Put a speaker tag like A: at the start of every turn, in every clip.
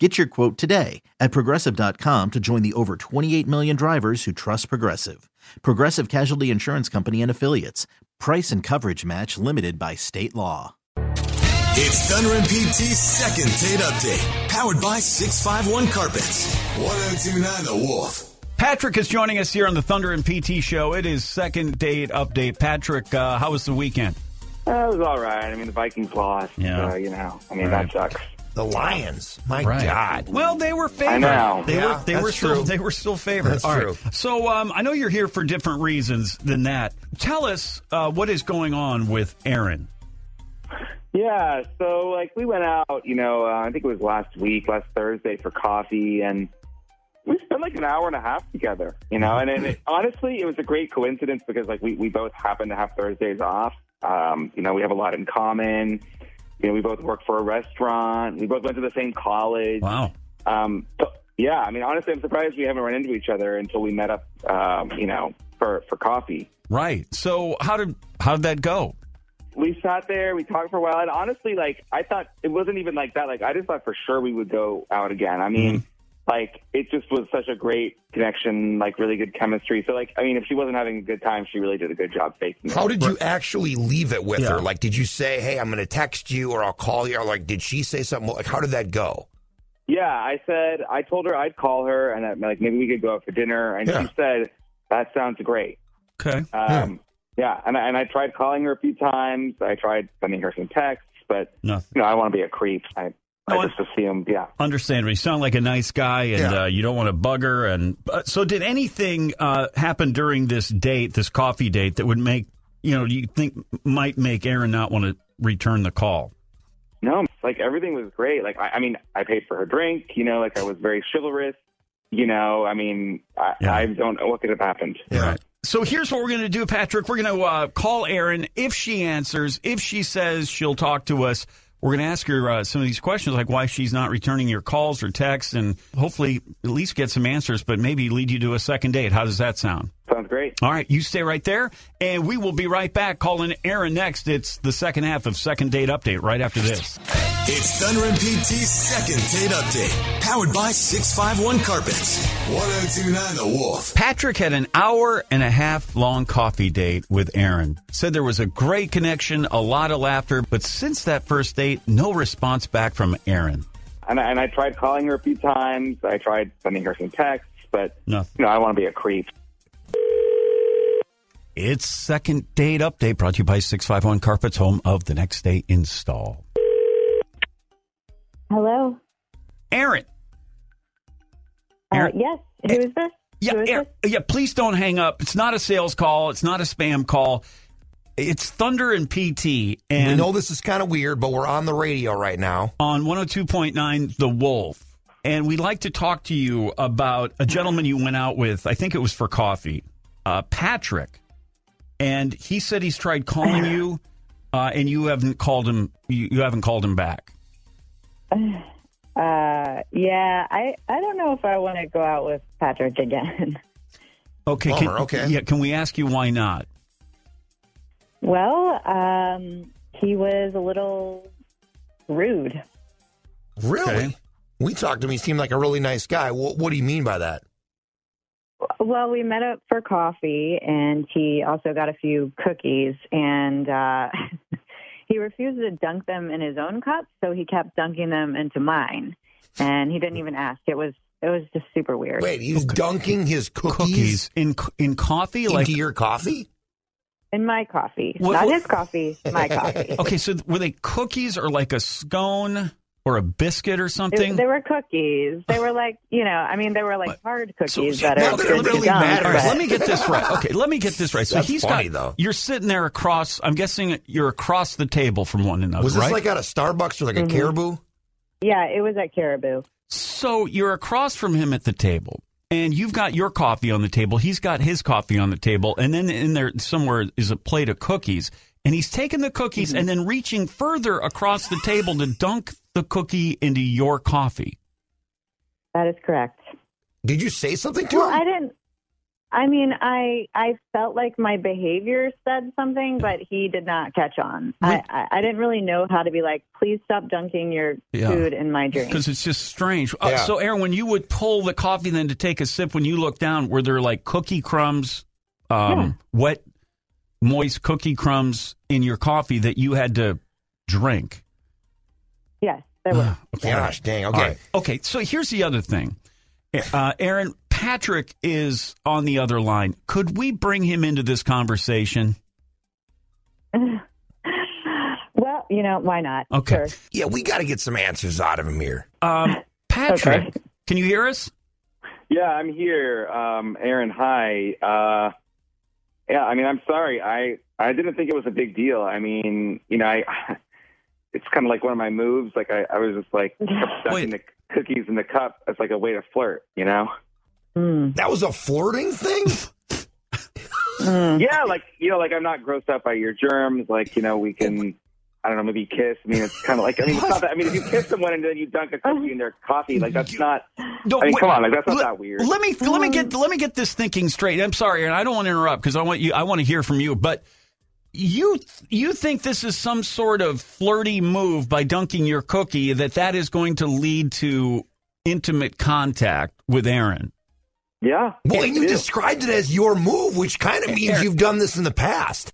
A: Get your quote today at progressive.com to join the over 28 million drivers who trust Progressive. Progressive Casualty Insurance Company and Affiliates. Price and coverage match limited by state law.
B: It's Thunder and PT's second date update, powered by 651 Carpets. 1029 The Wolf.
C: Patrick is joining us here on the Thunder and PT show. It is second date update. Patrick, uh, how was the weekend?
D: Uh, it was all right. I mean, the Vikings lost.
C: Yeah.
D: So, you know, I mean,
C: Right.
D: that sucks.
E: The Lions. My
C: Right.
E: God.
C: Well, they were favored.
D: I know.
C: They
E: Yeah,
C: were they
E: that's
C: were still
E: true.
C: they were still favored.
E: That's
C: All right.
E: true.
C: So um, I know you're here for different reasons than that. Tell us uh, what is going on with Aaron.
D: Yeah. So, like, we went out, you know, uh, I think it was last week, last Thursday for coffee, and we spent like an hour and a half together, you know, and, and it, honestly, it was a great coincidence because, like, we, we both happen to have Thursdays off. Um, you know, we have a lot in common. You know, we both work for a restaurant. We both went to the same college.
C: Wow.
D: Um, so, yeah, I mean, honestly, I'm surprised we haven't run into each other until we met up, um, you know, for, for coffee.
C: Right. So how did how did that go?
D: we sat there, we talked for a while, and honestly, like I thought it wasn't even like that. Like I just thought for sure we would go out again. I mean,
E: Mm-hmm.
D: like it just was such a great connection, like really good chemistry. So like I mean, if she wasn't having a good time, she really did a good job faking it.
E: How did you actually leave it with
C: Yeah.
E: her? Like, did you say, hey, I'm going to text you or I'll call you? Or, like, did she say something? Like, how did that go?
D: Yeah, I said I told her I'd call her and that, like maybe we could go out for dinner, and
E: Yeah.
D: she said that sounds great.
C: Okay.
D: Um, yeah, and I, and I tried calling her a few times. I tried sending her some texts, but
C: Nothing.
D: you know I want to be a creep. I,
E: Oh,
C: No, I-
D: I just assumed, yeah.
C: Understandable. You sound like a nice guy, and
E: Yeah.
C: uh, you don't want to bug her. And uh, so, did anything uh, happen during this date, this coffee date, that would make you know you think might make Aaron not want to return the call?
D: No, like everything was great. Like I, I mean, I paid for her drink. You know, like I was very chivalrous. You know, I mean, I,
C: Yeah.
D: I don't know what could have happened.
C: Right. So here's what we're going to do, Patrick. We're going to uh, call Erin. If she answers, if she says she'll talk to us, we're going to ask her uh, some of these questions, like why she's not returning your calls or texts, and hopefully at least get some answers, but maybe lead you to a second date. How does that sound?
D: Sounds great.
C: All right, you stay right there, and we will be right back calling Aaron next. It's the second half of Second Date Update right after this.
B: It's Thunder and PT's second date update, powered by 651 Carpets. 1029 The Wolf.
C: Patrick had an hour and a half long coffee date with Aaron. Said there was a great connection, a lot of laughter, but since that first date, no response back from Aaron.
D: And I, and I tried calling her a few times. I tried sending her some texts, but
C: Nothing.
D: you know, I want to be a creep.
C: It's second date update brought to you by 651 Carpets, home of the next day install.
F: Hello.
C: Aaron.
F: Uh,
C: Aaron.
F: yes. Who is this?
C: Yeah,
F: Who is
C: Aaron,
F: this?
C: yeah, please don't hang up. It's not a sales call, it's not a spam call. It's Thunder and PT and
E: we know this is kind of weird, but we're on the radio right now.
C: on 102.9 The Wolf. And we'd like to talk to you about a gentleman you went out with. I think it was for coffee, uh, Patrick. And he said he's tried calling you, uh, and you haven't called him. You, you haven't called him back.
F: Uh, yeah. I I don't know if I want to go out with Patrick again.
C: Okay. Can,
E: Bummer, okay.
C: Yeah. Can we ask you why not?
F: well, um, he was a little rude.
E: Really?
C: Okay.
E: We talked to him. He seemed like a really nice guy. What, what do you mean by that?
F: Well, we met up for coffee, and he also got a few cookies, and uh, he refused to dunk them in his own cup, so he kept dunking them into mine, and he didn't even ask. It was it was just super weird.
E: Wait, he was dunking his
C: Cookies
E: cookies,
C: in in coffee, like
E: into your coffee?
F: In my coffee,
C: What-
F: not
C: what-
F: his coffee, my coffee.
C: okay. So were they cookies or like a scone or a biscuit or
F: They,
C: something?
F: they were cookies. They were like, you know, I mean, they were like hard cookies that
E: now
F: are
E: that it
F: good to
E: really
F: dunk,
E: matters.
F: but-
C: Let me get this right. Okay, let me get this right. So
E: That's
C: he's
E: funny,
C: got
E: though.
C: you're sitting there across. I'm guessing you're across the table from one another,
E: Was this
C: right?
E: like at a Starbucks or like a Caribou?
F: yeah, it was at Caribou.
C: so you're across from him at the table, and you've got your coffee on the table. He's got his coffee on the table, and then in there somewhere is a plate of cookies, and he's taking the cookies
F: Mm-hmm.
C: and then reaching further across the table to dunk the cookie into your coffee.
F: That is correct.
E: Did you say something to
F: Well, I
E: him?
F: didn't. I mean, I I felt like my behavior said something, but he did not catch on. I, I, I didn't really know how to be like, please stop dunking your
C: Yeah.
F: food in my drink.
C: Because it's just strange. Uh,
E: Yeah.
C: so, Aaron, when you would pull the coffee then to take a sip, when you look down, were there like cookie crumbs, um, wet, moist cookie crumbs in your coffee that you had to drink?
F: Yes, there
C: Uh.
F: was.
E: Gosh, dang. Okay.
C: All right. Okay. So here's the other thing, uh, Aaron. Patrick is on the other line. Could we bring him into this conversation?
F: Well, you know, why not?
C: Okay.
F: Sure.
E: Yeah, we got to get some answers out of him here.
C: Um, Patrick,
F: Okay.
C: can you hear us?
D: Yeah, I'm here, um, Aaron. Hi. Uh, yeah, I mean, I'm sorry. I I didn't think it was a big deal. I mean, you know, I it's kind of like one of my moves. Like I, I was just like
C: Wait.
D: stuffing the cookies in the cup as like a way to flirt. You know?
F: Mm.
E: That was a flirting thing?
F: Mm.
D: Yeah, like you know, like I'm not grossed out by your germs. Like you know, we can. I don't know, maybe kiss. I mean, it's kind of like I mean, it's not that, I mean, if you kiss someone and then you dunk a cookie in their coffee, like that's not.
C: No,
D: I mean,
C: wait.
D: come on, like that's not
C: let,
D: that weird.
C: Let me let me
E: Mm.
C: get let me get this thinking straight. I'm sorry, and I don't want to interrupt because I want you. I want to hear from you. But you you think this is some sort of flirty move by dunking your cookie that that is going to lead to intimate contact with Aaron?
D: Yeah.
E: Well,
D: Yeah, it
E: and you
D: is.
E: described it as your move, which kind of means you've done this in the past.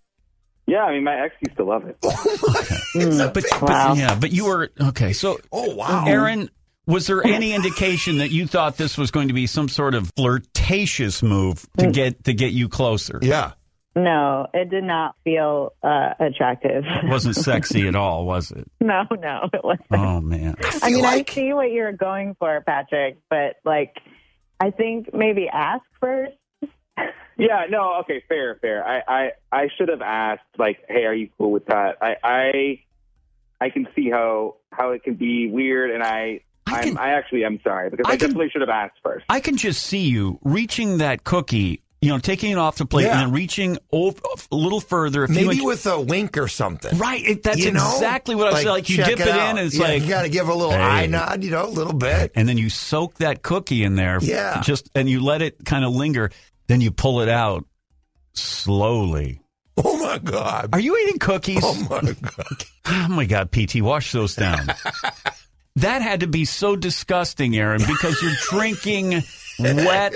D: yeah, I mean, my ex used to love it.
E: Oh, my. It's a
C: But,
E: big-
F: Wow.
C: but yeah, but you were okay. So
E: oh, wow.
C: Aaron, was there any indication that you thought this was going to be some sort of flirtatious move to get to get you closer?
E: Mm. Yeah.
F: No, it did not feel uh, attractive.
C: It wasn't sexy at all, was it?
F: no, no, it wasn't.
C: Oh man.
E: feel
F: I mean,
E: like-
F: I see what you're going for, Patrick, but like, I think maybe ask first.
D: Yeah, no, okay, fair, fair. I, I, I should have asked, like, hey, are you cool with that? I, I, I can see how how it can be weird, and I,
C: I
D: I,
C: can-
D: am I actually am sorry because
C: I
D: I,
C: can-
D: definitely should have asked first.
C: I can just see you reaching that cookie, you know, taking it off the plate
E: Yeah.
C: and then reaching o- a little further. If you
E: Maybe
C: inc-
E: with a wink or something.
C: right, it, that's
E: You know?
C: exactly what I was saying. Like you
E: check
C: dip it, in,
E: out.
C: and it's
E: Yeah,
C: like,
E: you got to give a little
C: Hey.
E: eye nod, you know, a little bit.
C: and then you soak that cookie in there,
E: Yeah.
C: just and you let it kind of linger. Then you pull it out slowly.
E: Oh my god!
C: Are you eating cookies?
E: Oh my god!
C: Oh my God, PT, wash those down. that had to be so disgusting, Aaron, because you're drinking wet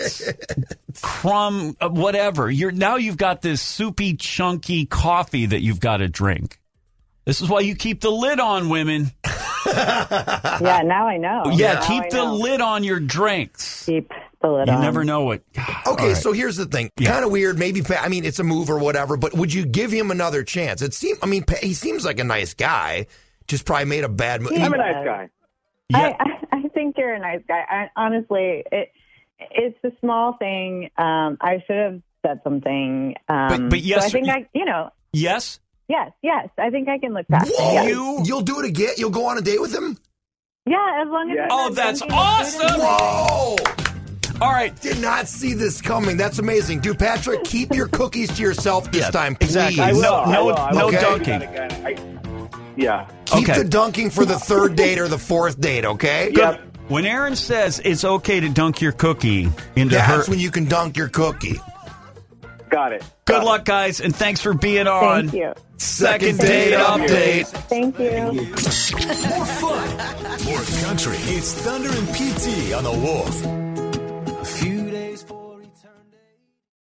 C: crumb, uh, whatever. You're now you've got this soupy, chunky coffee that you've got to drink. This is why you keep the lid on, women.
F: Oh, yeah, now I know.
C: Uh-huh. yeah,
F: Now I
C: keep the
F: know.
C: lid on your drinks.
F: Keep the lid
C: You
F: on.
C: never know what. God,
E: Okay,
C: all right.
E: so here's the thing. Kind of weird. Maybe Pa- I mean it's a move or whatever. But would you give him another chance? It seem. I mean, Pa- he seems like a nice guy. Just probably made a bad move.
D: I'm a
F: Yeah.
D: nice guy.
C: yeah,
F: I, I, I think you're a nice guy. I, honestly, it it's a small thing. Um, I should have said something. Um,
C: But- but yes,
F: so I think
C: you-
F: I, you know,
C: yes,
F: yes, yes, I think I can look past it.
E: Whoa!
F: Yes.
E: You you'll do it again. You'll go on a date with him.
F: Yeah, as long as.
D: Yeah.
F: it's
C: Oh,
F: not
C: that's
F: drinking and food
C: awesome!
F: in it.
E: Whoa!
C: Oh! all right.
E: Did not see this coming. That's amazing, dude. Patrick, keep your cookies to yourself this
C: Yeah,
E: time, please.
C: exactly.
D: I will.
C: No-
D: I
C: no-
D: will, I will.
C: no
D: I will do
C: dunking.
D: that again. I- yeah.
E: Keep
C: Okay.
E: the dunking for the third date or the fourth date. Okay.
D: Yep.
C: When Aaron says it's okay to dunk your cookie into her,
E: That's when you can dunk your cookie.
D: Got it.
C: good luck, guys, and thanks for being on.
F: Thank you.
E: Second date update.
F: Thank you.
B: More fun, more country. It's Thunder and PT on the Wolf.